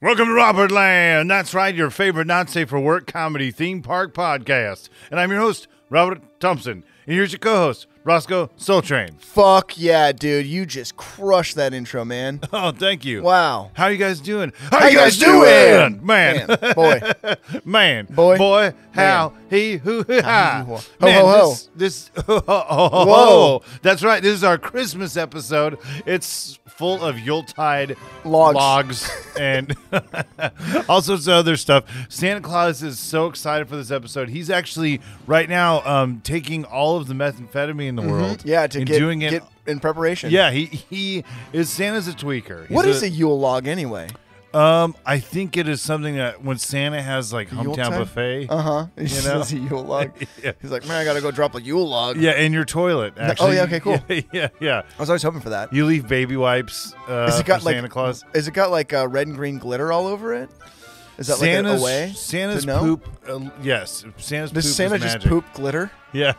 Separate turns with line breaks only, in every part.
Welcome to Robert Land. That's right, your favorite not safe for work comedy theme park podcast. And I'm your host, Robert Thompson. And here's your co host, Roscoe Soul Train.
Fuck yeah, dude. You just crushed that intro, man.
Oh, thank you.
Wow.
How you guys doing? How,
you guys
Man.
doing? Man, boy.
Man.
Boy.
Boy. How. He. Who. He. Ha.
Ho,
Man,
ho, ho.
This. this ho, ho, ho, ho,
Whoa.
ho. That's right. This is our Christmas episode. It's full of Yuletide
Logs.
logs and all sorts of other stuff. Santa Claus is so excited for this episode. He's actually right now um, taking all of the methamphetamine in the world.
Mm-hmm. Yeah, to
and
get,
doing it.
get in preparation.
yeah, he he is Santa's a tweaker. He's
What is
a-
a Yule log anyway?
um, I think it is something that when Santa has like hometown
Yuletide?
buffet.
Uh huh. He
You know?
says a Yule log.
Yeah.
He's like, man, I gotta go drop a Yule log.
Yeah, in your toilet. Actually.
Oh, yeah, okay, cool.
Yeah, yeah, yeah.
I was always hoping for that. Is
You leave baby wipes uh,
it got
for
like
Santa Claus.
Is it got like uh, red and green glitter all over it? Is that
Santa's
like a- a way?
Santa's
to know?
poop. Uh, yes, Santa's poop.
Does Santa
is
just
magic.
poop glitter?
Yeah.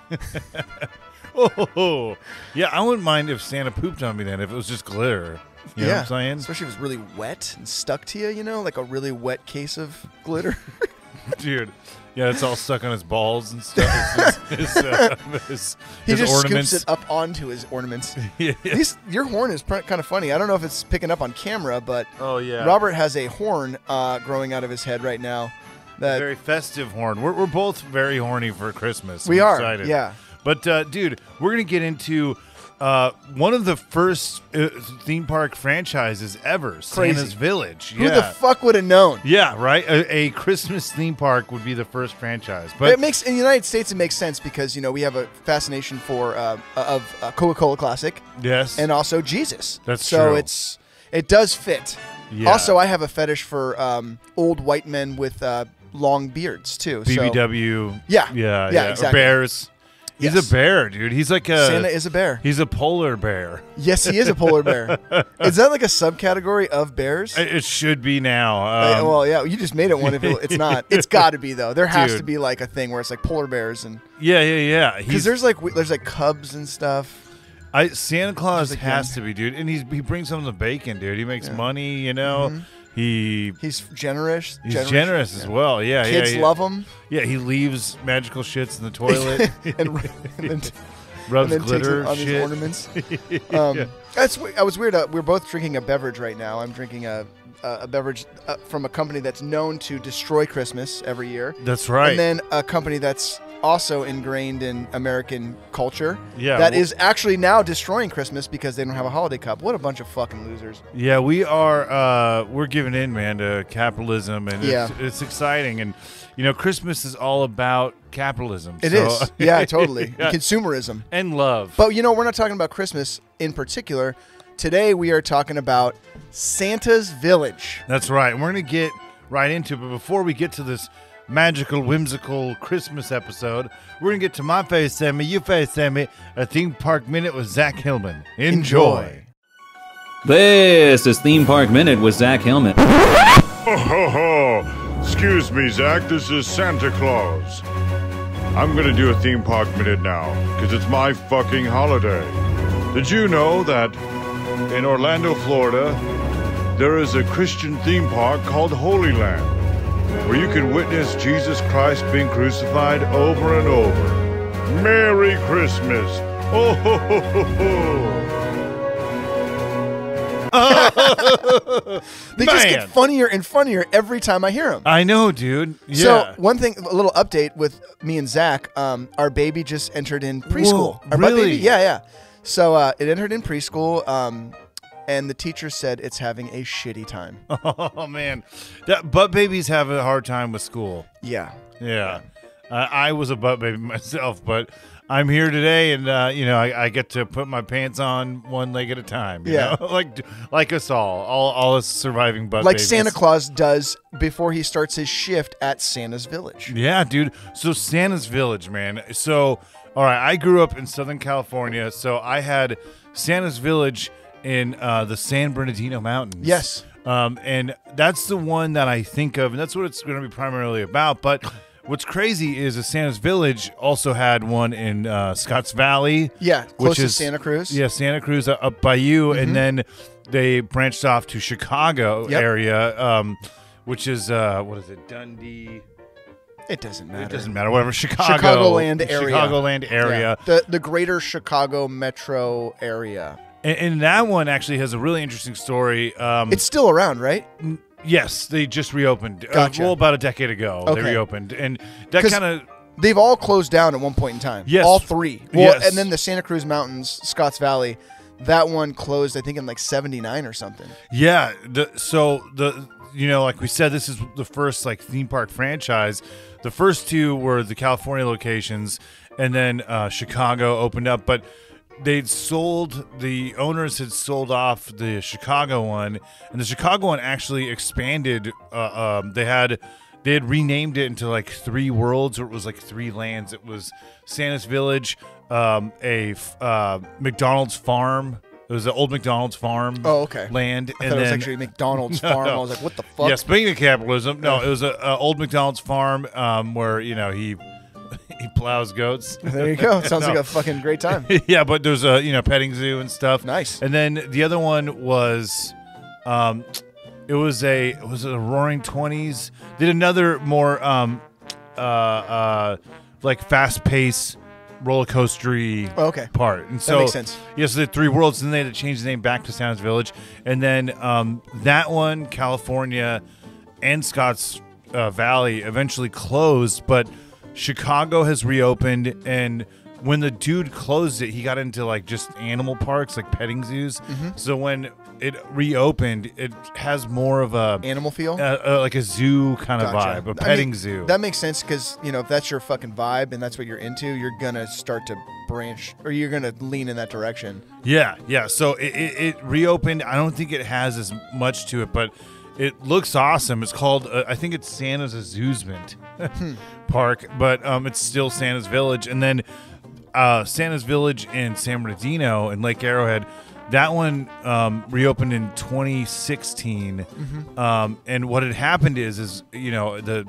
oh, yeah. I wouldn't mind if Santa pooped on me then if it was just glitter. You know what I'm saying,
Especially if it's really wet and stuck to you, you know, like a really wet case of glitter.
dude. Yeah, it's all stuck on his balls and stuff. His, his, uh, his,
he
his
just
ornaments.
scoops it up onto his ornaments.
Yeah, yeah.
These, your horn is pr- kind of funny. I don't know if it's picking up on camera, but
Oh yeah,
Robert has a horn uh, growing out of his head right now. That
very festive horn. We're, we're both very horny for Christmas.
We
I'm
are,
excited.
yeah.
But uh, dude, we're gonna get into uh, one of the first uh, theme park franchises ever,
Crazy.
Santa's Village.
who
yeah.
the fuck would have known?
yeah, right. A, a Christmas theme park would be the first franchise, but
it makes in the United States it makes sense because you know we have a fascination for uh, of uh, Coca Cola Classic
yes,
and also Jesus.
That's
so
true.
it's it does fit.
Yeah.
Also, I have a fetish for um, old white men with uh, long beards too. So
BBW.
Yeah.
yeah,
Yeah,
yeah. Or
exactly.
Bears. He's
Yes.
a bear, dude. He's like a
Santa is a bear.
he's a polar bear.
yes, he is a polar bear. is that like a subcategory of bears?
It, it should be now.
Uh,
Um,
well, yeah, you just made it one. If it, it's not, it's got to be though. There has to
Dude.
be like a thing where it's like polar bears and
yeah, yeah, yeah.
because
He's
there's like w- there's like cubs and stuff.
I Santa Claus
Just like
has to be, dude, and he's he brings home the bacon, dude. He makes money, you know. He
He's Mm-hmm. generous.
he's generous, as well. Yeah,
Kids
yeah, yeah.
love him.
Yeah, he leaves magical shits in the toilet,
and, and then, and
rubs
then takes
glitter
it on his
shit.
ornaments. Um, That's w- I was weird. Uh, we're both drinking a beverage right now. I'm drinking a a, a beverage uh, from a company that's known to destroy Christmas every year.
That's right.
and then a company that's also ingrained in American culture.
Yeah,
that
well-
is actually now destroying Christmas because they don't have a holiday cup. What a bunch of fucking losers!
Yeah, we are. Uh, we're giving in, man, to capitalism, and it's,
Yeah.
it's exciting. And you know, Christmas is all about capitalism.
It
so-
is, yeah, totally
Yeah.
consumerism.
and love.
But you know, we're not talking about Christmas in particular. Today we are talking about Santa's Village.
That's right. And we're gonna get right into it. But before we get to this magical, whimsical Christmas episode, we're gonna get to my face, Sammy, you face, Sammy, a theme park minute with Zach Hillman. Enjoy.
This is Theme Park Minute with Zach Hillman.
Ho ho! Uh-huh. Excuse me, Zach, this is Santa Claus. I'm gonna do a theme park minute now, because it's my fucking holiday. Did you know that in Orlando, Florida, there is a Christian theme park called Holy Land, where you can witness Jesus Christ being crucified over and over? Merry Christmas! Oh ho ho ho ho!
They just
Man.
get funnier and funnier every time I hear them.
I know, dude. Yeah.
So one thing, a little update with me and Zach. Um, our baby just entered in preschool.
Whoa,
Our butt
really?
baby, yeah, yeah. So uh, it entered in preschool, um, and the teacher said it's having a shitty time.
oh man, that butt babies have a hard time with school.
Yeah,
Yeah. Uh, I was a butt baby myself, but I'm here today, and uh, you know I, I get to put my pants on one leg at a time. you
Yeah.
know? like like us all, all all us surviving butt
like
babies.
Santa Claus does before he starts his shift at Santa's village.
Yeah, dude. So Santa's Village, man. So, all right, I grew up in Southern California, so I had Santa's Village in uh, the San Bernardino Mountains.
Yes.
Um, and that's the one that I think of, and that's what it's going to be primarily about. But what's crazy is the Santa's Village also had one in uh, Scotts Valley.
Yeah,
which
close to
is
Santa Cruz. Mm-hmm.
Yeah, Santa Cruz uh, up by you, and then they branched off to Chicago
Yep.
area. Um, which is uh, what is it, Dundee?
It doesn't matter.
It doesn't matter. Whatever, Chicago,
Chicagoland area.
Chicagoland area.
Yeah. The the greater Chicago metro area.
And, and that one actually has a really interesting story. Um,
It's still around, right?
yes, they just reopened. Uh,
Gotcha.
well, about a decade ago,
Okay.
they reopened, and that
'Cause-
kind of
They've all closed down at one point in time.
Yes.
All three. Well,
Yes.
and then the Santa Cruz Mountains, Scotts Valley, that one closed I think in like 79 or something.
Yeah. The, so the you know, like we said, this is the first like theme park franchise. The first two were the California locations, and then uh, Chicago opened up, but they'd sold the owners had sold off the Chicago one, and the Chicago one actually expanded. Uh, um, they had. They had renamed it into like three worlds, or it was like three lands. It was Santa's Village, um, a f- uh, McDonald's farm. It was the old McDonald's farm
Oh, okay.
land.
I
and
thought it was
then-
actually McDonald's farm. I was like, what the fuck?
Yeah, speaking of capitalism, no, it was a, a old McDonald's farm um, where you know he he plows goats.
There you go. Sounds
No.
like a fucking great time.
yeah, but there's a you know petting zoo and stuff.
Nice.
And then the other one was, um, it was a it was a Roaring Twenties. Did another more um, uh, uh, like fast paced roller coastery
Oh, okay.
part. And so
makes sense.
Yes, the three worlds, and they had to change the name back to Sounds Village, and then um, that one, California, and Scotts uh, Valley eventually closed, but Chicago has reopened and. When the dude closed it, he got into like just animal parks, like petting zoos.
Mm-hmm.
So when it reopened, it has more of a
Animal feel?
uh, uh, like a zoo kind of
Gotcha.
vibe, a
I mean,
petting zoo.
That makes sense because you know if that's your fucking vibe and that's what you're into, you're gonna start to branch or you're gonna lean in that direction.
Yeah, yeah. So it, it, it reopened. I don't think it has as much to it, but it looks awesome. It's called, uh, I think it's Santa's Amusement Park, but um, it's still Santa's Village. And then uh, Santa's Village in San Bernardino and Lake Arrowhead, that one um, reopened in 2016.
Mm-hmm.
Um, and what had happened is, is you know, the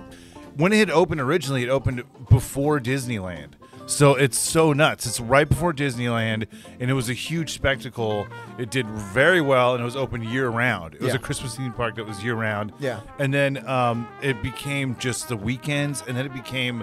when it had opened originally, it opened before Disneyland. So it's so nuts. It's right before Disneyland, and it was a huge spectacle. It did very well, and it was open year round. It was
Yeah.
a Christmas theme park that was year round.
Yeah.
And then um, it became just the weekends, and then it became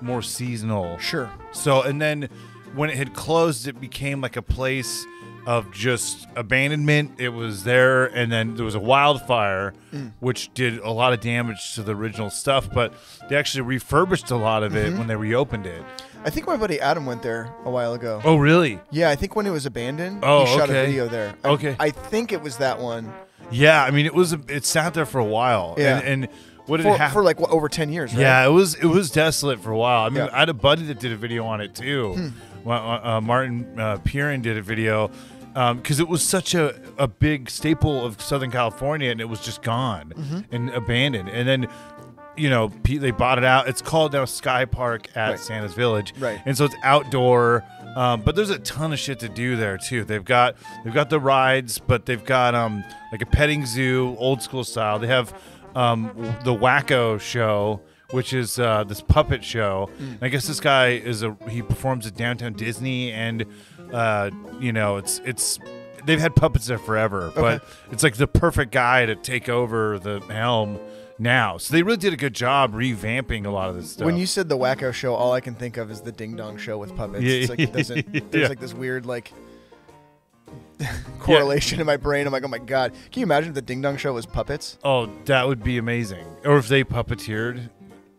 more seasonal.
Sure.
So, and then when it had closed, it became like a place of just abandonment. It was there, and then there was a wildfire,
Mm.
which did a lot of damage to the original stuff, but they actually refurbished a lot of
Mm-hmm.
it when they reopened it.
I think my buddy Adam went there a while ago.
Oh, really?
Yeah, I think when it was abandoned,
Oh,
he shot
okay.
a video there. I,
Okay.
I think it was that one
Yeah. I mean, it was, it sat there for a while.
Yeah.
And, and what did
for,
happen?
for like what, over ten years. Right?
Yeah, it was it was desolate for a while. I mean,
Yeah. Hmm.
I had a buddy that did a video on it too. Wa- Uh, uh, Martin uh, Pierin did a video because it was such a, a big staple of Southern California, and it was just gone
Mm-hmm.
and abandoned. And then, you know, pe- they bought it out. It's called now Sky Park at
Right.
Santa's Village,
Right.
And so it's outdoor. Um, but there's a ton of shit to do there too. They've got they've got the rides, but they've got um like a petting zoo, old school style. They have um the Wacko show, which is uh, this puppet show.
Hmm.
And I guess this guy is a he performs at downtown Disney, and uh, you know it's it's they've had puppets there forever, but it's like the perfect guy to take over the helm now. So they really did a good job revamping a lot of this stuff.
When you said the Wacko show, all I can think of is the Ding Dong show with puppets.
Yeah.
It's like it doesn't. There's
Yeah.
like this weird like correlation in my brain. I'm like, oh my god, can you imagine if the Ding Dong show was puppets?
Oh, that would be amazing. Or if they puppeteered.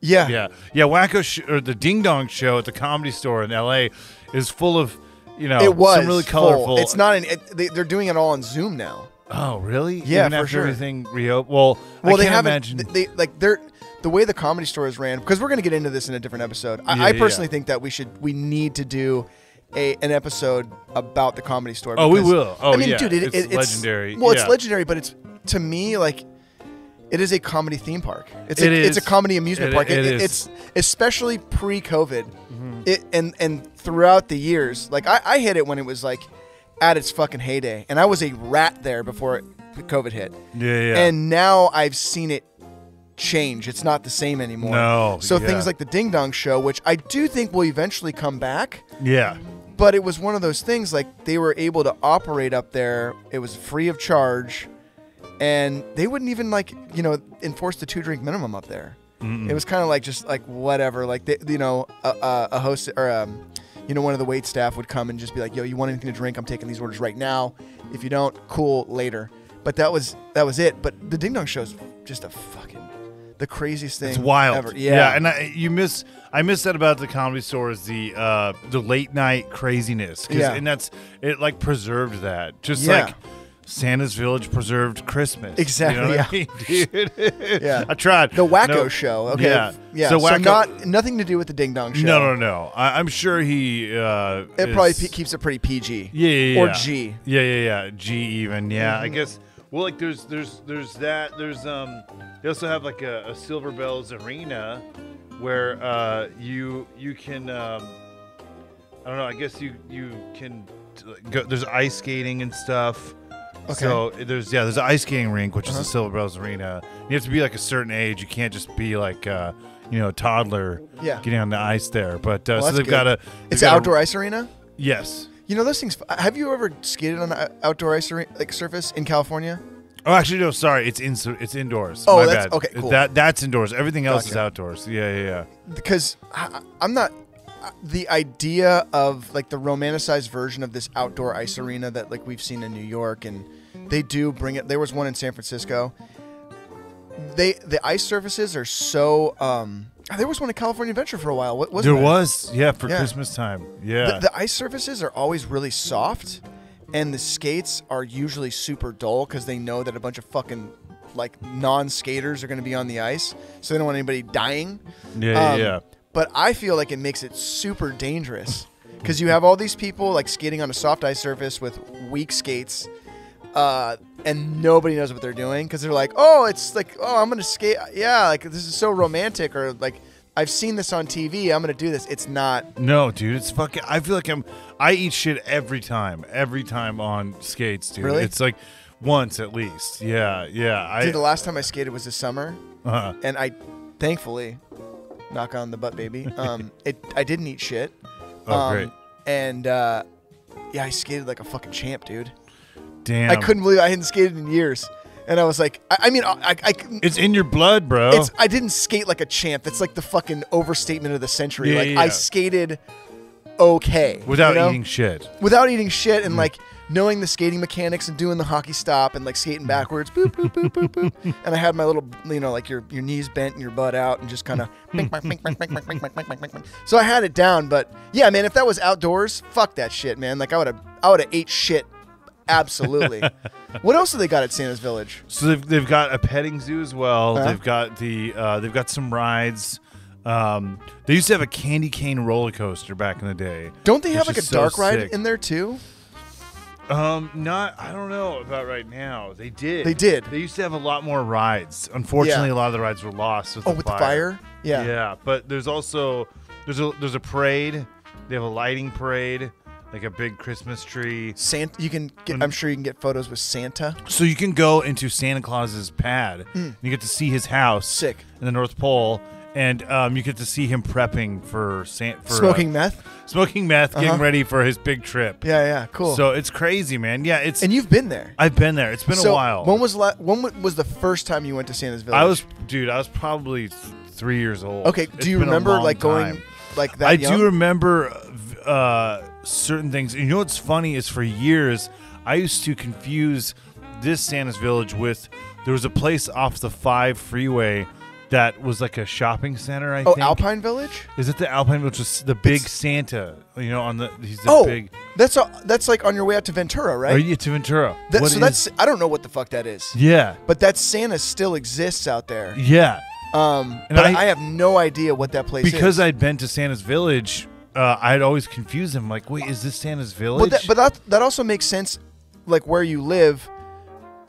Yeah.
Yeah. Yeah, Wacko sh- or the Ding Dong show at the Comedy Store in LA is full of, you know,
It was
Oh, some really
full.
colorful.
It's not an. It, they, they're doing it all on Zoom now.
Oh, really?
Yeah,
Even
for
after
sure.
everything reopened. Well,
Well,
I
they
can't
haven't.
imagine.
They like they're the way the comedy store is ran because we're going to get into this in a different episode. I,
Yeah,
I
yeah,
personally
yeah.
think that we should we need to do a an episode about the comedy store.
Oh, we
because-
will. Oh,
I mean,
yeah.
dude, it,
It's
it-
legendary.
Well,
Yeah.
it's legendary, but it's to me like. It is a comedy theme park. It's a,
It is.
it's a comedy amusement
It-
park.
it is.
It's especially pre-COVID, it, and and throughout the years. Like I, I hit it when it was like at its fucking heyday, and I was a rat there before COVID hit.
yeah, yeah.
And now I've seen it change. It's not the same anymore.
No,
So
yeah.
things like the Ding Dong Show, which I do think will eventually come back,
yeah.
but it was one of those things like they were able to operate up there. It was free of charge. and they wouldn't even like you know enforce the two drink minimum up there. It was kind of like just like whatever. Like they, you know, a, a, a host or um, you know, one of the wait staff would come and just be like, "Yo, you want anything to drink? I'm taking these orders right now. If you don't, cool, later." But that was that was it. But the Ding Dong Show's just a fucking the craziest thing.
It's wild.
Ever. Yeah.
Yeah. and I, you miss I miss that about the comedy store is the uh the late night craziness 'Cause-
Yeah.
and that's it like preserved that. Just
Yeah.
like Santa's Village preserved Christmas. You
Exactly,
know what I
yeah.
mean, dude?
Yeah.
I tried.
the Wacko
No.
Show. Okay.
Yeah.
Yeah. So,
So Wacko-
not nothing to do with the Ding Dong Show.
No, no, no. I, I'm sure he uh
It probably
is-
pe- keeps it pretty PG.
Yeah, yeah, yeah.
Or G. Mm-hmm.
Yeah, yeah, yeah. G even. Yeah, I guess. Well, like there's there's there's that there's um they also have like a, a Silver Bells Arena where uh you you can um I don't know I guess you you can uh, go there's ice skating and stuff.
Okay. Uh-huh.
So there's yeah there's an ice skating rink which is the Silver Bells Arena. You have to be like a certain age. You can't just be like uh you know a toddler
Yeah.
getting on the ice there. But uh,
Well,
so
that's
they've
good.
got a they've
It's an
got a-
outdoor ice arena.
yes.
You know those things. Have you ever skated on an outdoor ice arena, like surface in California?
Oh, actually, no. Sorry, it's in, it's indoors.
Oh,
My
that's-
bad.
okay, cool.
That that's indoors. Everything else is
Gotcha.
outdoors. Yeah, yeah, yeah.
Because I, I- I'm not. I- The idea of like the romanticized version of this outdoor ice arena that like we've seen in New York, and they do bring it. There was one in San Francisco. They the ice surfaces are so. um There was one in California Adventure for a while. What was
There was, yeah, for
Yeah.
Christmas time. Yeah,
The, the ice surfaces are always really soft, and the skates are usually super dull because they know that a bunch of fucking like non-skaters are going to be on the ice, so they don't want anybody dying.
yeah, yeah,
Um,
yeah.
But I feel like it makes it super dangerous because you have all these people like skating on a soft ice surface with weak skates, uh, and nobody knows what they're doing because they're like, oh, it's like, oh, I'm gonna skate, yeah, like this is so romantic, or like I've seen this on TV, I'm gonna do this. It's not.
No, dude, it's fucking. I feel like I'm. I eat shit every time. Every time on skates, dude.
Really?
It's like once at least. Yeah, yeah. I
Dude, the last time I skated was this summer,
uh,
and I, thankfully, knock on the butt, baby. Um, it I didn't eat shit.
Oh,
um,
great.
And uh, yeah, I skated like a fucking champ, dude.
damn.
I couldn't believe I hadn't skated in years, and I was like, I, I mean, I, I, I couldn't-
It's in your blood, bro.
it's I didn't skate like a champ. That's like the fucking overstatement of the century.
Yeah,
like
yeah,
I
yeah.
skated okay
Without
you know?
eating shit.
without eating shit
Mm-hmm.
and like knowing the skating mechanics and doing the hockey stop and like skating backwards, boop boop boop boop boop. And I had my little, you know, like your your knees bent and your butt out and just kind of. So I had it down, but yeah, man, if that was outdoors, fuck that shit, man. Like I would have, I would have ate shit. Absolutely. what else do they got at Santa's Village?
So they've, they've got a petting zoo as well.
Uh-huh.
They've got the uh, they've got some rides. Um, they used to have a candy cane roller coaster back in the day.
Don't they have
which
like
is
a
so
dark ride
sick.
in there too?
Um, not I don't know about right now. They did.
They did.
They used to have a lot more rides. Unfortunately, a lot of the rides were lost. With
Oh,
the
with the
fire.
fire. Yeah.
Yeah, but there's also there's a there's a parade. They have a lighting parade, like a big Christmas tree.
Santa, you can get. I'm sure you can get photos with Santa.
So you can go into Santa Claus's pad and you get to see his house.
Mm. Sick.
In the North Pole. And um, you get to see him prepping for Santa for uh,
Smoking meth.
smoking meth, getting
Uh-huh.
ready for his big trip.
Yeah, yeah, cool.
So it's crazy, man. Yeah, it's
and you've been there.
I've been there. It's been
so
a while.
When was la- when wa- was the first time you went to Santa's Village?
I was dude, I was probably th- three years old.
okay.
It's
Do you
been a
remember
long
like going
time.
like that?
I
young?
do remember uh, v- uh, certain things. You know what's funny is for years I used to confuse this Santa's Village with there was a place off the five freeway that was like a shopping center. I
Oh,
think
Alpine Village.
is it the Alpine Village? Was the big
It's-
Santa? You know, on the he's the
oh,
big.
that's a, that's like on your way out to Ventura, right?
Are you to Ventura?
That-
What
so
is-
that's I don't know what the fuck that is,
yeah,
but that Santa still exists out there.
yeah.
Um,
And
but
I-
I, have no idea what that place
Because
is.
I'd been to Santa's Village, uh, I'd always confuse him. Like, wait, is this Santa's Village?
But that, but that that also makes sense, like where you live.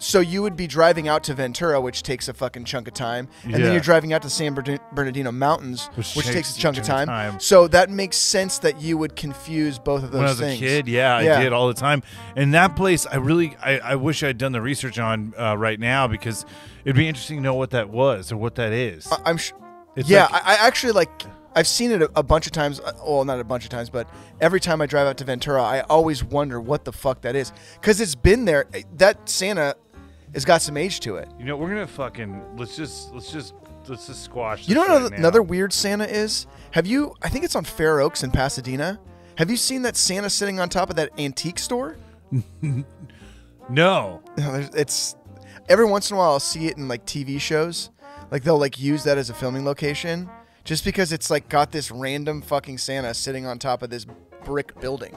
So you would be driving out to Ventura, which takes a fucking chunk of time, and
Yeah.
then you're driving out to San Berdi- Bernardino Mountains,
Which
which, takes, a chunk of time.
time.
So that makes sense that you would confuse both of those
when I was
things.
a kid, yeah,
Yeah.
I did all the time. And that place, I really, I, I wish I'd done the research on uh, right now because it'd be interesting to know what that was or what that is.
I- I'm sh-
It's
yeah,
like-
I, I actually like. I've seen it a, a bunch of times. uh, Well, not a bunch of times, but every time I drive out to Ventura, I always wonder what the fuck that is because it's been there. That eh, Santa, has got some age to it.
You know, we're gonna fucking let's just let's just let's just squash.
You know
this
what
right
anoth-
now.
another weird Santa is? Have you? I think it's on Fair Oaks in Pasadena. Have you seen that Santa sitting on top of that antique store?
No.
No, there's- It's every once in a while I'll see it in like TV shows. Like they'll like use that as a filming location just because it's like got this random fucking Santa sitting on top of this brick building.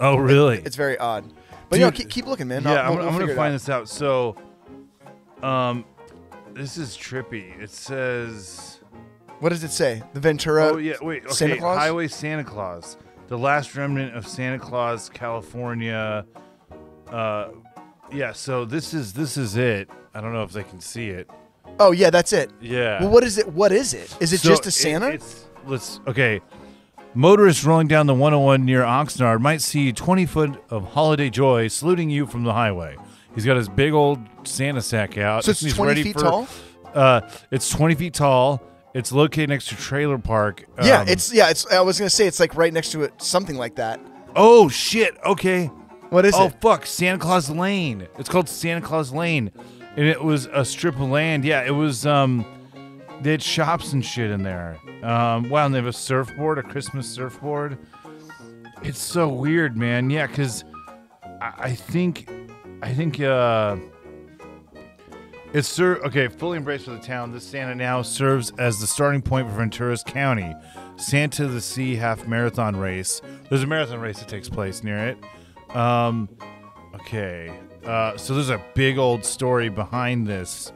Oh, really?
It's very odd. But you know,
Dude.
keep, keep looking, man.
yeah, I'm,
I'll, we'll
I'm
figure
gonna
it
find
out.
this out. So, um, this is trippy. It says,
What does it say? The Ventura.
oh yeah, wait, okay,
Uh, Santa Claus?
Highway Santa Claus, the last remnant of Santa Claus, California. Uh, yeah. So this is this is it. I don't know if they can see it.
Oh yeah, that's it.
Yeah.
Well, what is it? What is it? Is it
So
just a
it-
Santa?
it's, let's okay. Motorists rolling down the 101 near Oxnard might see 20 foot of holiday joy saluting you from the highway. He's got his big old Santa sack out.
So it's
He's
20
ready
feet
for-
tall?
Uh, it's 20 feet tall. It's located next to trailer park.
yeah,
Um,
it's yeah. It's I was gonna say it's like right next to it, something like that.
oh shit. Okay.
What is
oh
it?
fuck, Santa Claus Lane. It's called Santa Claus Lane, and it was a strip of land. Yeah, it was. Um, they had shops and shit in there. Um, wow, and they have a surfboard, a Christmas surfboard. It's so weird, man. Yeah, because I, I think, I think, uh, it's sir. Okay, fully embraced by the town. This Santa now serves as the starting point for Ventura County Santa of the Sea half marathon race. There's a marathon race that takes place near it. Um, okay. Uh, so there's a big old story behind this.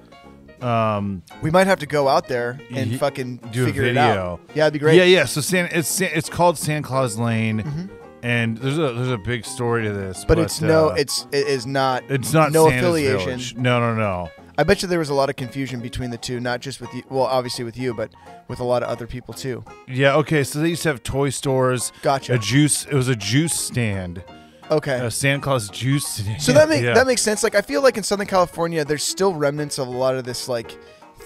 Um,
We might have to go out there and
Ye-
fucking
do
figure
a
it
video.
out. Yeah, it'd be great. Mm-hmm.
Yeah, yeah. So San, it's San, it's called Santa Claus Lane, and there's a there's a big story to this.
But, it's no,
uh,
it's it is not.
it's not
no
Santa's
affiliation.
Village. No, no, no.
I bet you there was a lot of confusion between the two, not just with you. Well, obviously with you, but with a lot of other people too.
Yeah. Okay. So they used to have toy stores.
Gotcha.
A juice. It was a juice stand.
Okay.
A Santa Claus juice stand.
so that makes
Yeah.
that makes sense. Like I feel like in Southern California, there's still remnants of a lot of this like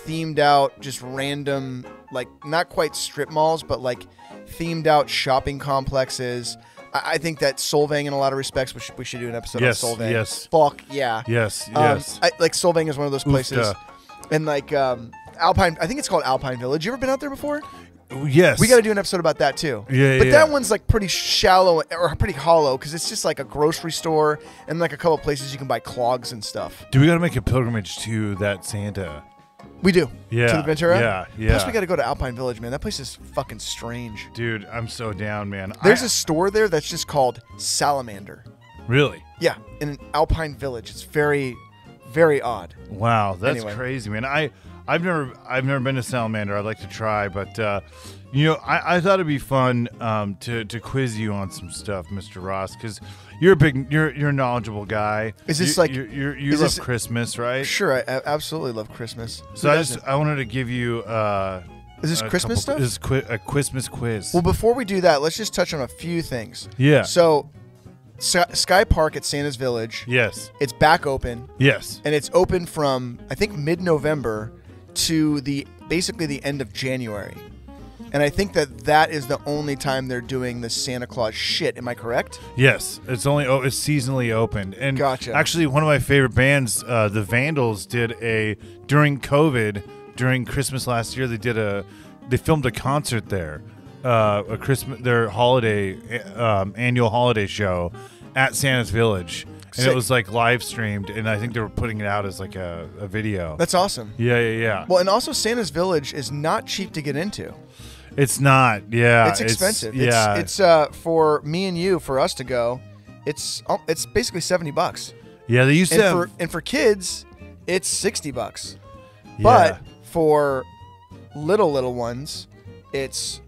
themed out, just random, like not quite strip malls, but like themed out shopping complexes. I, I think that Solvang, in a lot of respects, we should, we should do an episode
Yes,
on Solvang.
yes.
Fuck yeah.
Yes.
Um,
Yes.
I, like Solvang is one of those places,
Oofta.
and like um, Alpine, I think it's called Alpine Village. You ever been out there before?
yes.
We got to do an episode about that too.
Yeah,
but
yeah,
that
yeah.
one's like pretty shallow or pretty hollow because it's just like a grocery store and like a couple places you can buy clogs and stuff.
Do we got to make a pilgrimage to that Santa?
We do.
Yeah,
To the Ventura.
yeah,
Plus
yeah.
we got to go to Alpine Village, man. That place is fucking strange.
Dude, I'm so down, man.
There's
I-
a store there that's just called Salamander.
really.
Yeah, in an Alpine Village. It's very, very odd.
Wow, that's
Anyway.
crazy, man. I I've never I've never been to Salamander. I'd like to try, but uh, you know, I, I thought it'd be fun um, to to quiz you on some stuff, Mr. Ross, because you're a big you're you're a knowledgeable guy.
Is this
You-
like-
you you you
is
love
this-
Christmas, right?
Sure, I, I absolutely love Christmas.
So
Who
I
doesn't?
just I wanted to give you. Uh,
Is this
a
Christmas stuff?
This is qui- a Christmas quiz.
Well, before we do that, let's just touch on a few things.
Yeah.
So, Sky Sky Park at Santa's Village,
yes,
it's back open,
yes.
and it's open from I think mid-November to the basically the end of January. And I think that that is the only time they're doing the Santa Claus shit. Am I correct?
Yes, it's only oh, it's seasonally opened. And
Gotcha.
Actually, one of my favorite bands, uh, the Vandals, did a during COVID, during Christmas last year. They did a, they filmed a concert there, uh, a Christmas their holiday uh, um, annual holiday show at Santa's Village, and
Sick.
it was like live streamed. And I think they were putting it out as like a, a video.
That's awesome.
yeah, yeah, yeah.
Well, and also Santa's Village is not cheap to get into.
it's not. Yeah,
It's expensive. It's,
yeah,
it's uh for me and you for us to go. It's um, it's basically seventy bucks.
yeah. They used
and
to have.
for and for kids, it's sixty bucks.
yeah.
But for little little ones, it's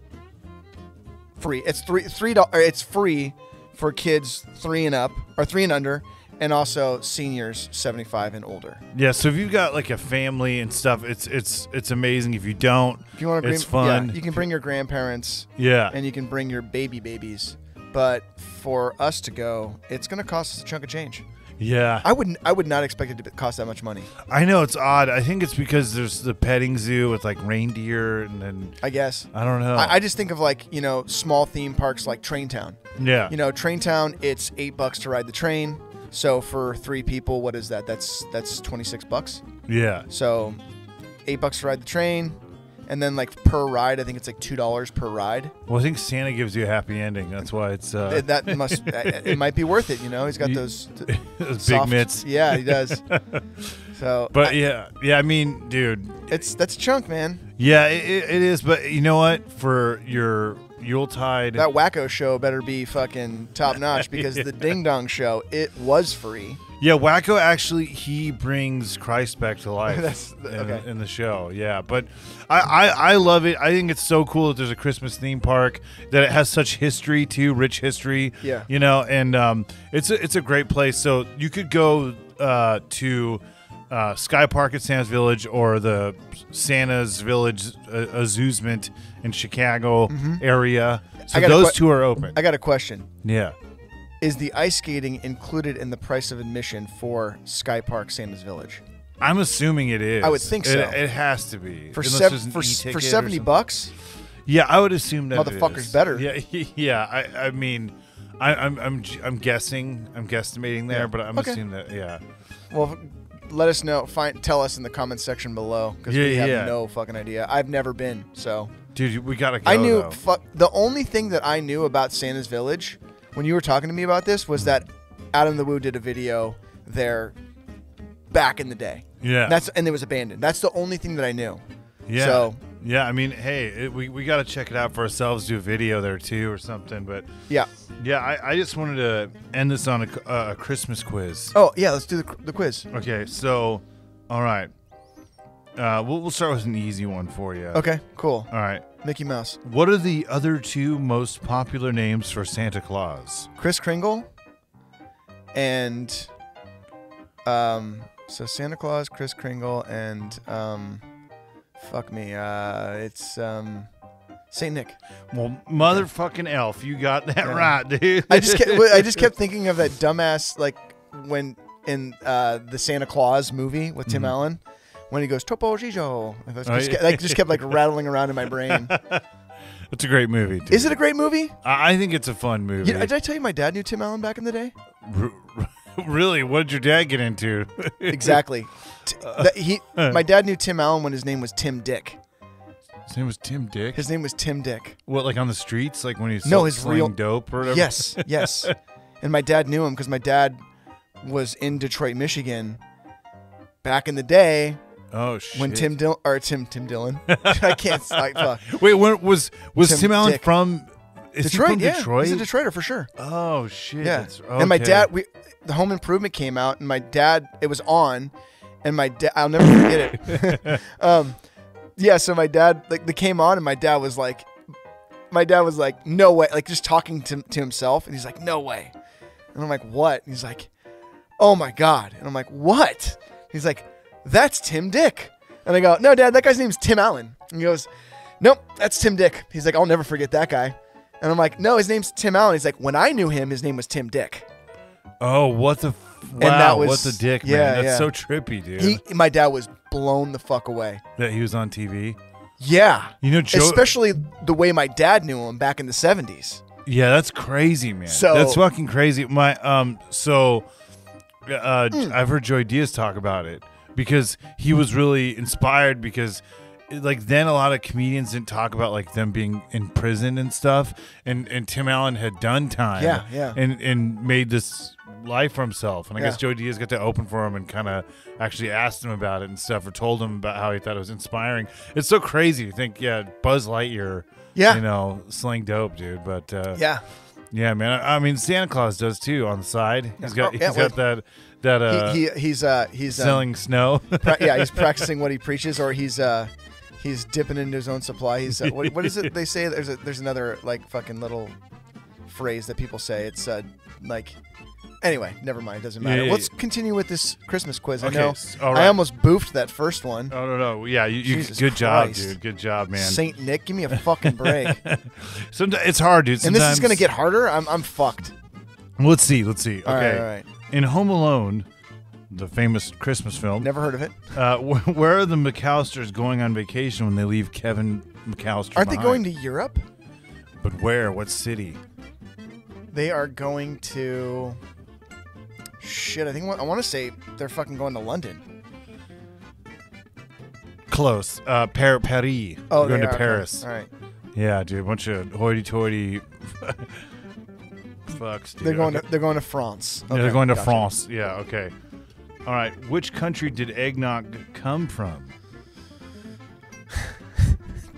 free. It's three three dollars. It's free for kids three and up or three and under, and also seniors seventy five and older.
Yeah, so if you've got like a family and stuff, it's it's it's amazing. If you don't,
If you want to bring,
it's fun.
Yeah, you can bring your grandparents
Yeah.
and you can bring your baby babies. But for us to go, it's gonna cost us a chunk of change.
yeah.
I wouldn't. I would not expect it to cost that much money.
I know it's odd. I think it's because there's the petting zoo with like reindeer and then
I guess.
I don't know.
I, I just think of like you know small theme parks like Train Town.
yeah.
You know, Train Town, it's eight bucks to ride the train. So for three people, what is that? That's that's twenty six bucks.
Yeah.
So eight bucks to ride the train, and then like per ride, I think it's like two dollars per ride.
Well, I think Santa gives you a happy ending. That's why it's uh,
Th- that must uh, it might be worth it. You know, he's got
You-
those t-
those
soft-
big mitts.
Yeah, he does. so,
But
I-
yeah, yeah. I mean, dude,
it's that's a chunk, man.
yeah, it, it it is. But you know what? For your Yuletide,
That wacko show better be fucking top notch because the Ding Dong show it was free.
yeah, Wacko actually he brings Christ back to life
That's-
in,
okay.
in the show. Yeah, but I, I I love it. I think it's so cool that there's a Christmas theme park that it has such history too, rich history.
Yeah.
you know, and um, it's a, it's a great place. So you could go uh, to uh, Sky Park at Santa's Village or the Santa's Village uh, amusement in Chicago area. So
Mm-hmm. I got a
those
que-
two are open.
I got a question.
yeah.
Is the ice skating included in the price of admission for Sky Park Santa's Village?
I'm assuming it is.
I would think
It-
so.
It, has to be
For,
Unless
sev-
there's an
for, s-
e-ticket
for
or
70
something.
bucks?
Yeah, I would assume that it
Motherfucker's
is.
better.
Yeah, yeah. I, I mean, I, I'm, I'm, j- I'm guessing, I'm guesstimating there,
Yeah.
but I'm
Okay.
assuming that, yeah,
Well, f- let us know. Find, tell us in the comments section below because we
Yeah,
have
yeah.
no fucking idea. I've never been, so
dude, we gotta go.
I knew.
though.
Fuck. The only thing that I knew about Santa's Village when you were talking to me about this was that Adam the Woo did a video there back in the day.
Yeah.
That's and it was abandoned. That's the only thing that I knew.
Yeah.
So-
yeah, I mean, hey, it, we, we got to check it out for ourselves, do a video there too or something. But
Yeah.
yeah, I, I just wanted to end this on a, c- uh, a Christmas quiz.
Oh yeah. Let's do the, the quiz.
Okay, so, all right. Uh, we'll, we'll start with an easy one for you.
Okay. Cool.
All right.
Mickey Mouse,
What are the other two most popular names for Santa Claus?
Chris Kringle, and um. So Santa Claus, Chris Kringle, and um, fuck me. Uh, it's um, Saint Nick.
Well, motherfucking elf, you got that right, dude.
I just kept, I just kept thinking of that dumbass like when in uh, the Santa Claus movie with Tim Allen when he goes Topo Gijo. Like, that's
Oh,
just,
yeah.
like, just kept like rattling around in my brain.
It's a great movie. Dude.
Is it a great movie?
I I think it's a fun movie.
You- did I tell you my dad knew Tim Allen back in the day?
R- really, what did your dad get into?
Exactly. T-
Uh,
that he, my dad knew Tim Allen when his name was Tim Dick.
His name was Tim Dick.
His name was Tim Dick.
What, like on the streets, like when he's
No,
no,
his
his
real-
dope or whatever.
Yes, yes. and my dad knew him because my dad was in Detroit, Michigan, back in the day
Oh shit.
when Tim Dil- or Tim Tim Dillon. I can't. I, fuck.
wait, when was was
Tim
Tim, Allen
Dick.
from? Is
Detroit,
He from
yeah.
Detroit.
He's a Detroiter for sure.
Oh shit.
Yeah.
that's-
And my
okay.
dad, we, the Home Improvement came out, and my dad, it was on, and my dad, I'll never forget it. um, yeah. So my dad, like, they came on, and my dad was like, my dad was like, no way, like just talking to to himself, and he's like, no way, and I'm like, what? And he's like, oh my god, and I'm like, what? He's like, that's Tim Dick, and I go, no, dad, that guy's name's Tim Allen, and he goes, nope, that's Tim Dick. He's like, I'll never forget that guy. And I'm like, no, his name's Tim Allen. He's like, when I knew him, his name was Tim Dick.
Oh, what the. F- wow,
that was-
what the dick,
yeah,
man. That's
yeah.
so trippy, dude.
He, my dad was blown the fuck away.
that he was on TV.
Yeah.
You know, Joe.
Especially the way my dad knew him back in the 70s.
yeah, that's crazy, man.
So-
that's fucking crazy. My um, so uh,
Hmm.
I've heard Joy Diaz talk about it because he was really inspired because. Like then, a lot of comedians didn't talk about like them being in prison and stuff, and and Tim Allen had done time,
Yeah, yeah.
and and made this life for himself, and I guess
Yeah.
Joe Diaz got to open for him and kind of actually asked him about it and stuff, or told him about how he thought it was inspiring. It's so crazy to think, yeah, Buzz Lightyear,
Yeah.
you know, sling dope, dude, but uh,
Yeah.
yeah, man. I, I mean, Santa Claus does too on the side. He's got
Oh,
he's
yeah,
got that that uh,
he, he, he's, uh, he's, um,
selling snow.
pra- yeah, he's practicing what he preaches or he's, uh, he's dipping into his own supply. He's, uh, what, what is it they say? There's a, there's another like fucking little phrase that people say. It's, uh, like, anyway, never mind. Doesn't matter.
Yeah, yeah,
Let's continue with this Christmas quiz.
Okay,
I know
s- all right.
I almost boofed that first one.
oh no, no, yeah, you, you
Jesus
good job,
Christ.
dude. Good job, man.
Saint Nick, give me a fucking break.
Sometimes it's hard, dude.
and
Sometimes,
this is gonna get harder. I'm, I'm fucked.
Let's see. Let's see.
All right,
okay.
all right.
In Home Alone, the famous Christmas film,
Never heard of it.
uh, wh- where are the McAllisters going on vacation when they leave Kevin McAllister?
Aren't they going to Europe?
But where? What city?
They are going to. Shit, I think I want to say they're fucking going to London.
Close. Uh, Par- Paris.
Oh,
We're going
they
to
are, okay.
Paris.
All right,
Yeah, dude. bunch of hoity-toity fucks, dude.
they're going.
Okay.
To, they're going to France.
Yeah, they're
Okay,
going to
gotcha.
France. Yeah, okay. All right. Which country did eggnog come from?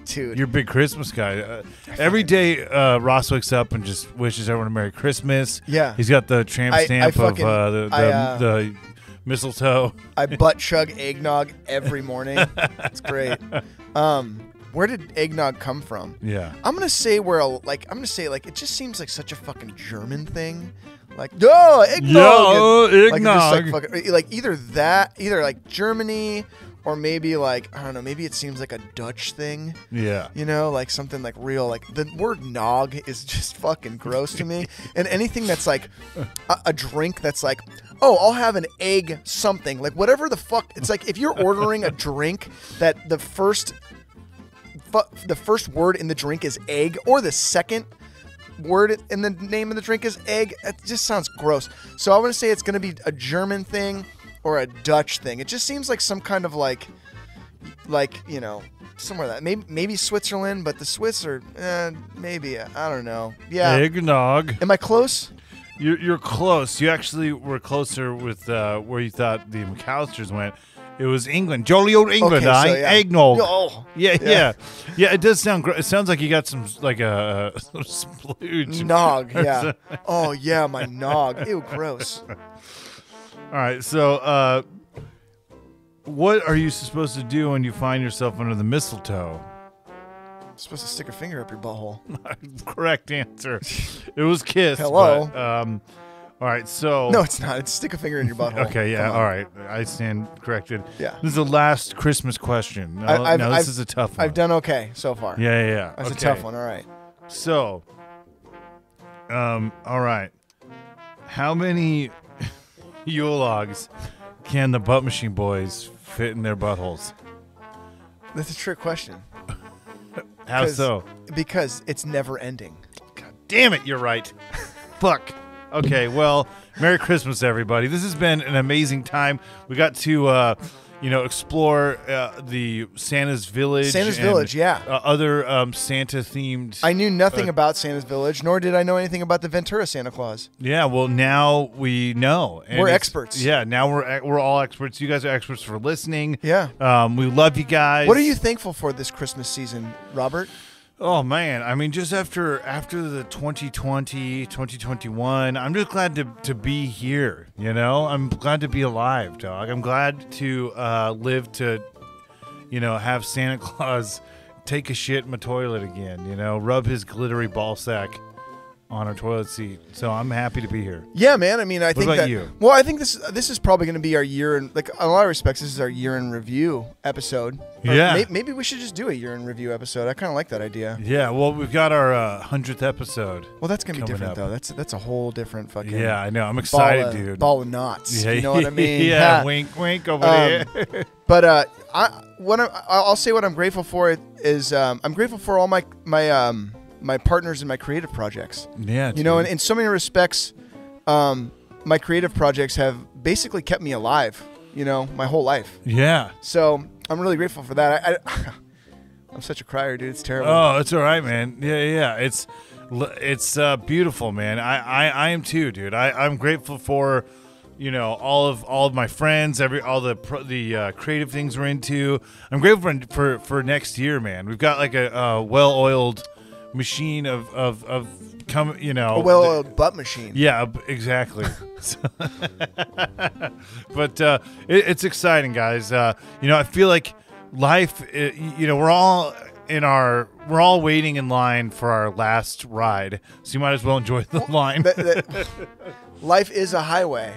dude.
You're a big Christmas guy. Uh, every day, uh, Ross wakes up and just wishes everyone a Merry Christmas.
Yeah.
He's got the tramp
I- I
stamp
fucking-
of uh, the, the,
I, uh,
the mistletoe.
I butt chug eggnog every morning. It's great. Um, where did eggnog come from?
Yeah.
I'm gonna say where a, like I'm gonna say like it just seems like such a fucking German thing. Like no eggnog.
Yeah,
and- like, it's
eggnog.
Just, like, fucking, e, like either that, either like Germany, or maybe like I don't know. Maybe it seems like a Dutch thing.
Yeah.
You know, like something like real. Like the word nog is just fucking gross to me. And anything that's like a, a drink that's like, oh, I'll have an egg something. Like whatever the fuck. It's like if you're ordering a drink that the first fu- the first word in the drink is egg or the second word in the name of the drink is egg. It just sounds gross. So I want to say it's going to be a German thing or a Dutch thing. It just seems like some kind of like, like you know, somewhere that maybe maybe Switzerland, but the Swiss are eh, maybe I don't know. Yeah,
Eggnog.
am I close?
You're, you're close. You actually were closer with uh, where you thought the McAllisters went. It was England, jolly old England.
so,
I
yeah.
eggnog.
Oh.
Yeah, yeah,
Yeah.
yeah, It does sound. Gr- it sounds like you got some like a uh, some splooge.
Nog, yeah. Oh yeah, my nog. Ew, gross.
All right. So, uh, what are you supposed to do when you find yourself under the mistletoe?
supposed to stick a finger up your butthole.
Correct answer. It was kiss.
Hello.
but, um, all right. So
No, it's not. It's stick a finger in your butthole.
Okay, yeah,
Oh, Come on.
all right. I stand corrected.
Yeah.
This is the last Christmas question. No,
I- I've-
no this
I've-
is a tough one.
I've done okay so far.
Yeah, yeah, yeah.
That's
Okay.
a tough one. All right.
So, um, all right. How many Yule logs can the butt machine boys fit in their buttholes?
That's a trick question.
How
'Cause-
Oh, so?
Because it's never ending.
God damn it, you're right. Fuck. Okay, well, Merry Christmas, everybody. This has been an amazing time. We got to, uh, you know, explore uh, the Santa's Village.
Santa's
and,
Village, yeah.
Uh, other um, Santa themed.
I knew nothing about Santa's Village, nor did I know anything about the Ventura Santa Claus.
yeah, well, now we know. And
We're
it's-
experts.
Yeah, now we're we're all experts. You guys are experts for listening.
Yeah.
Um, we love you guys.
What are you thankful for this Christmas season, Robert?
Oh man, I mean just after after the 2020, 2021, I'm just glad to to be here, you know? I'm glad to be alive, dog. I'm glad to uh live to you know, have Santa Claus take a shit in my toilet again, you know, rub his glittery ball sack on our toilet seat. So I'm happy to be here.
Yeah, man. I mean, I think
about
that.
you?
Well, I think this this is probably going to be our year, in like in a lot of respects, this is our year in review episode. Or
Yeah.
may- maybe we should just do a year in review episode. I kind of like that idea.
Yeah, well, we've got our uh, 100th episode.
Well, that's going to
Coming
be different
up.
though. That's that's a whole different fucking.
Yeah, I know. I'm
Ball
excited,
of,
dude.
Ball of knots.
yeah,
You know what I mean? Um,
yeah, wink wink over there.
But uh, I what I, I'll say what I'm grateful for is um, I'm grateful for all my my um, my partners in my creative projects.
Yeah,
You know,
dude.
in, in so many respects, um, my creative projects have basically kept me alive. You know, my whole life.
yeah.
So I'm really grateful for that. I, I, I'm such a crier, dude. It's terrible.
Oh, it's all right, man. Yeah, yeah. It's l- it's uh, beautiful, man. I, I I am too, dude. I I'm grateful for you know all of all of my friends, every all the pro, the uh, creative things we're into. I'm grateful for, for for next year, man. We've got like a, uh well-oiled machine of of of come, you know.
a well-oiled butt machine.
yeah, b- exactly. So- but uh, it, it's exciting, guys. Uh, you know, I feel like life. i you know, we're all in our we're all waiting in line for our last ride, so you might as well enjoy the line.
That- that- life is a highway.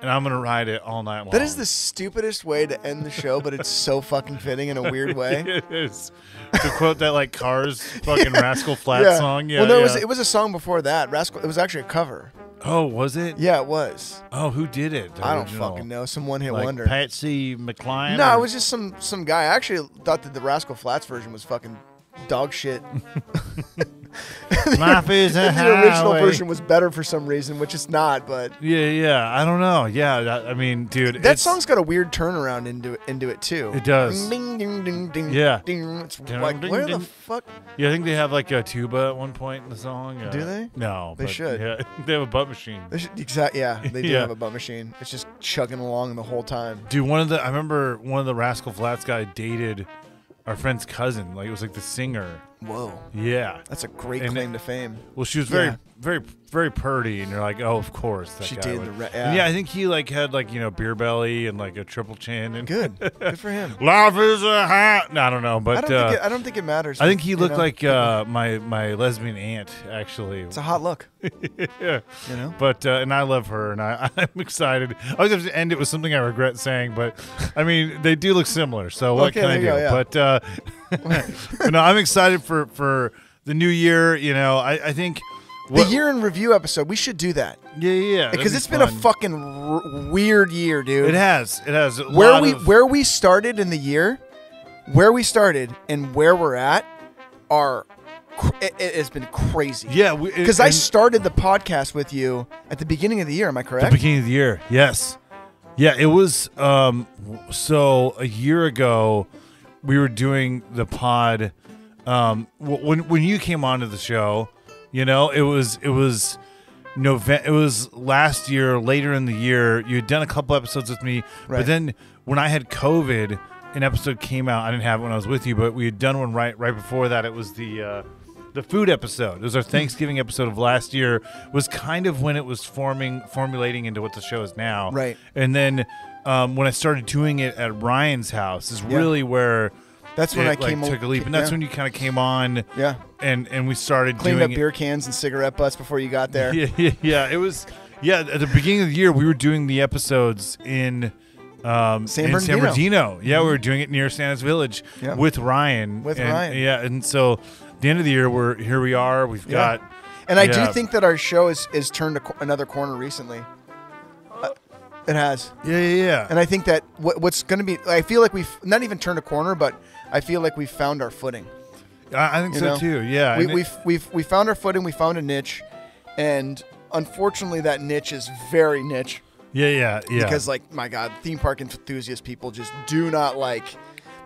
and I'm gonna ride it all night long.
That is the stupidest way to end the show, but it's so fucking fitting in a weird way.
It is. To quote that like Cars fucking Rascal Flat song. Yeah.
Well, no,
yeah.
it was it was a song before that. Rascal. It was actually a cover.
oh, was it?
Yeah, it was.
Oh, who did it? The
I don't
original?
fucking know. Some one-hit
Like
wonder.
Patsy McCline.
no,
or-
it was just some some guy. I actually thought that the Rascal Flats version was fucking dog shit.
Life is a
the original
highway.
version was better for some reason, which it's not. But
Yeah, yeah. I don't know. Yeah, that, I mean, dude,
that
it's-
song's got a weird turnaround into it, into it too.
It does.
Ding ding ding ding.
Yeah.
Ding. It's
Ding,
like
ding,
where
ding.
the fuck?
Yeah, I think they have like a tuba at one point in the song. uh,
Do they?
No,
They
but,
should.
Yeah, they have a butt machine.
They should- Exact. Yeah, they do
Yeah.
have a butt machine. It's just chugging along the whole time.
Dude, one of the I remember one of the Rascal Flats guy dated our friend's cousin. Like it was like the singer.
Whoa.
Yeah.
That's a great
And
claim
it-
to fame.
Well, she was very,
Yeah.
very, very purdy, and you're like, oh, of course. That
She
guy
dated
would-
the ra-
And
yeah.
I think he like had like you know beer belly and like a triple chin and
Good. Good for him.
Life is a hat. I don't know,
I
but
don't
uh,
think it, I don't think it matters.
I think he
you
looked
know?
like uh, my my lesbian aunt actually.
it's a hot look.
yeah.
You know.
But uh, and I love her, and I I'm excited. I was going to end it with something I regret saying, but I mean they do look similar, so what
Okay,
can I do?
there you go,
But uh, but no, I'm excited for for the new year. You know, I I think
The
what-
year in review episode. We should do that
yeah yeah that'd
because
be
it's been a
fun.
fucking r- weird year, dude.
It has it has a
where
lot
we
of-
where we started in the year, where we started and where we're at are cr- it, it has been crazy.
yeah we-
Because I
and-
started the podcast with you at the beginning of the year. Am I
the
correct?
beginning of the year. Yes. Yeah, it was um w- so a year ago we were doing the pod um w- when when you came onto the show, you know, it was it was November it was last year later in the year. You had done a couple episodes with me, but
Right.
then when I had COVID, an episode came out. I didn't have it when I was with you, but we had done one right right before that. It was the uh the food episode. It was
Hmm.
our Thanksgiving episode of last year. Was kind of when it was forming, formulating into what the show is now.
Right.
And then um, when I started doing it at Ryan's house is
Yeah.
really where
That's when
it,
I came
like,
o-
took a leap, and
yeah.
that's when you kind of came on.
Yeah.
And and we started
Cleaned
doing
up
it-
beer cans and cigarette butts before you got there.
yeah, yeah, yeah. It was yeah. At the beginning of the year, we were doing the episodes in um, in
San
San
Bernardino. Mm-hmm.
Bernardino. Yeah, we were doing it near Santa's Village
Yeah.
with Ryan.
With
and-
Ryan.
Yeah, and so the end of the year, we're here. We are. We've
Yeah.
got.
And I
yeah.
do think that our show is is turned a, co- another corner recently. Uh, it has.
Yeah, yeah, yeah.
And I think that what, what's going to be, I feel like we've not even turned a corner, but I feel like we've found our footing.
I, I think
You
so
know?
too. Yeah,
we,
and it-
we've we've we found our footing. We found a niche, and unfortunately, that niche is very niche
yeah, yeah, yeah.
because, like, my God, theme park enthusiast people just do not like.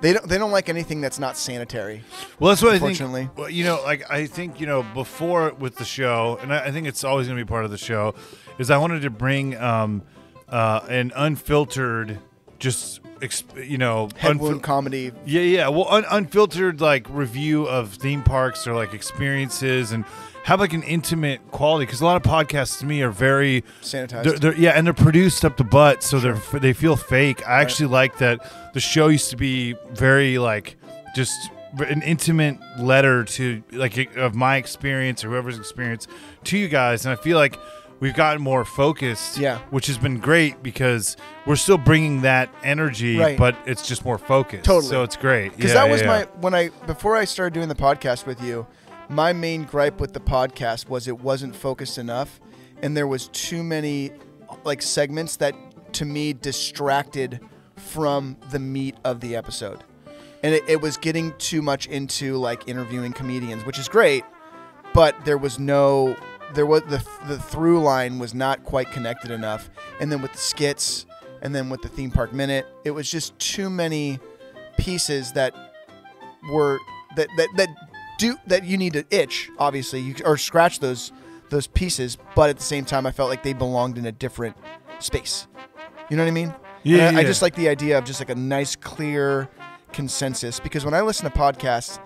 They don't. They don't like anything that's not sanitary.
well, that's what I
unfortunately.
think. Well, you know, like I think you know before with the show, and I, I think it's always going to be part of the show, is I wanted to bring um, uh, an unfiltered, just exp- you know,
Head
unfil-
wound comedy.
Yeah, yeah. Well, un- unfiltered like review of theme parks or like experiences, and have like an intimate quality because a lot of podcasts to me are very
Sanitized.
They're, they're- yeah, and they're produced up the butt, so they're f- they feel fake. I actually like that the show used to be very like just v- an intimate letter to like i- of my experience or whoever's experience to you guys, and I feel like. We've gotten more focused,
Yeah.
which has been great because we're still bringing that energy,
Right.
but it's just more focused.
Totally.
So it's great.
Because
Yeah,
that was
yeah,
my when I before I started doing the podcast with you, my main gripe with the podcast was it wasn't focused enough, and there was too many like segments that to me distracted from the meat of the episode, and it, it was getting too much into like interviewing comedians, which is great, but there was no there was the the through line was not quite connected enough, and then with the skits, and then with the theme park minute, it was just too many pieces that were that that that do that you need to itch obviously you or scratch those those pieces but at the same time i felt like they belonged in a different space you know what i mean
Yeah,
And I, I
yeah.
just like the idea of just like a nice clear consensus because when i listen to podcasts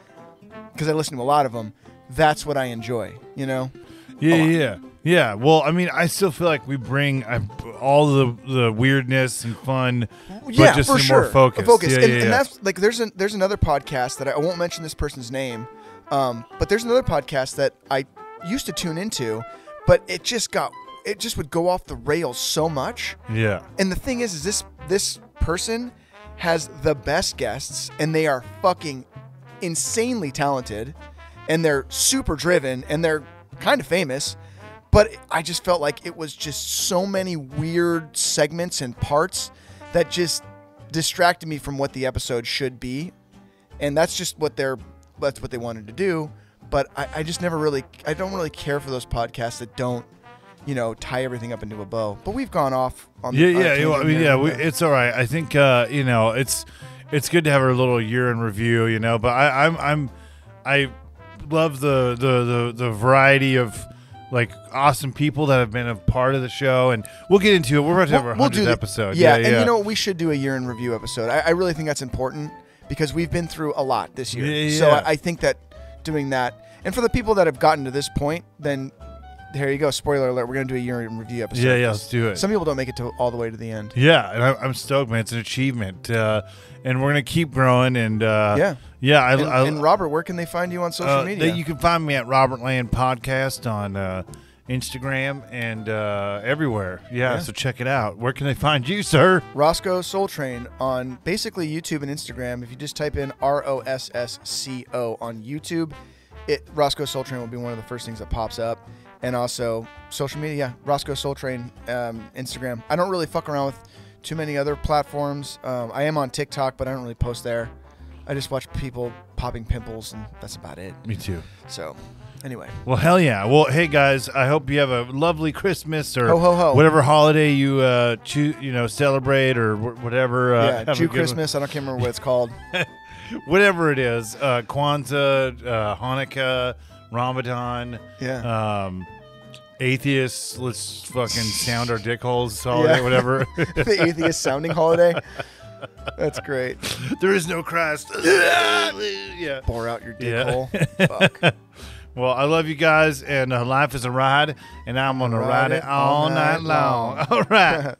because i listen to a lot of them that's what i enjoy you know
yeah, yeah, yeah, yeah. Well, I mean, I still feel like we bring uh, all the the weirdness and fun,
yeah,
but just
for
in a
sure.
more focused. Yeah,
and,
yeah, yeah.
and that's like there's an there's another podcast that I, I won't mention this person's name, um, but there's another podcast that I used to tune into, but it just got it just would go off the rails so much.
yeah.
And the thing is, is this this person has the best guests, and they are fucking insanely talented, and they're super driven, and they're kind of famous. But I just felt like it was just so many weird segments and parts that just distracted me from what the episode should be, and that's just what they're that's what they wanted to do. But I, I just never really, I don't really care for those podcasts that don't, you know, tie everything up into a bow. But we've gone off on
Yeah,
the on a
yeah, you- I
tangent
mean,
here.
yeah. We, it's all right. I think uh, you know it's it's good to have a little year in review, you know. But I, I'm I'm I love the the the, the variety of. Like awesome people that have been a part of the show, and we'll get into it. We're about to have our 100th
the-
episode.
Yeah, and you know what? We should do a year in review episode. I, I really think that's important because we've been through a lot this year.
Yeah,
So
yeah.
I, I think that doing that, and for the people that have gotten to this point, then there you go. Spoiler alert: we're going to do a year in review episode.
Yeah, yeah,
'cause
let's do it.
Some people don't make it to all the way to the end.
Yeah, and I'm, I'm stoked, man. It's an achievement, uh, and we're gonna keep growing. And uh,
Yeah.
yeah. I,
And,
I,
and Robert, where can they find you on social
uh,
media?
that you can find me at Robert Land Podcast on uh, Instagram and uh, everywhere. Yeah, so check it out. Where can they find you, sir?
Roscoe Soul Train on basically YouTube and Instagram. If you just type in R O S S C O on YouTube, it Roscoe Soul Train will be one of the first things that pops up. And also social media, yeah, Roscoe Soul Train, um, Instagram. I don't really fuck around with too many other platforms. Um, I am on TikTok, but I don't really post there. I just watch people popping pimples, and that's about it.
Me too.
So, anyway,
Well, hell yeah. Well, hey guys, I hope you have a lovely Christmas or
Ho, ho, ho.
whatever holiday you uh, choo- you know celebrate or wh- whatever. Uh, have
yeah,
a
Jew
good one.
Christmas. I don't can't remember what it's called.
whatever it is, uh, Kwanzaa, uh, Hanukkah, Ramadan,
Yeah.
um, atheists. Let's fucking sound our dick holes holiday,
Yeah.
whatever.
the atheist sounding holiday. That's great.
there is no Christ. yeah.
Bore out your dick
Yeah.
hole. Fuck.
Well, I love you guys, and uh, life is a ride, and I'm gonna ride, it, all, night long. All right.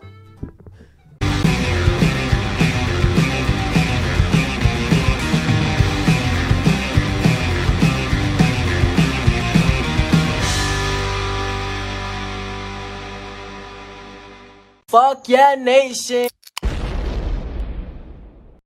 Fuck yeah, nation.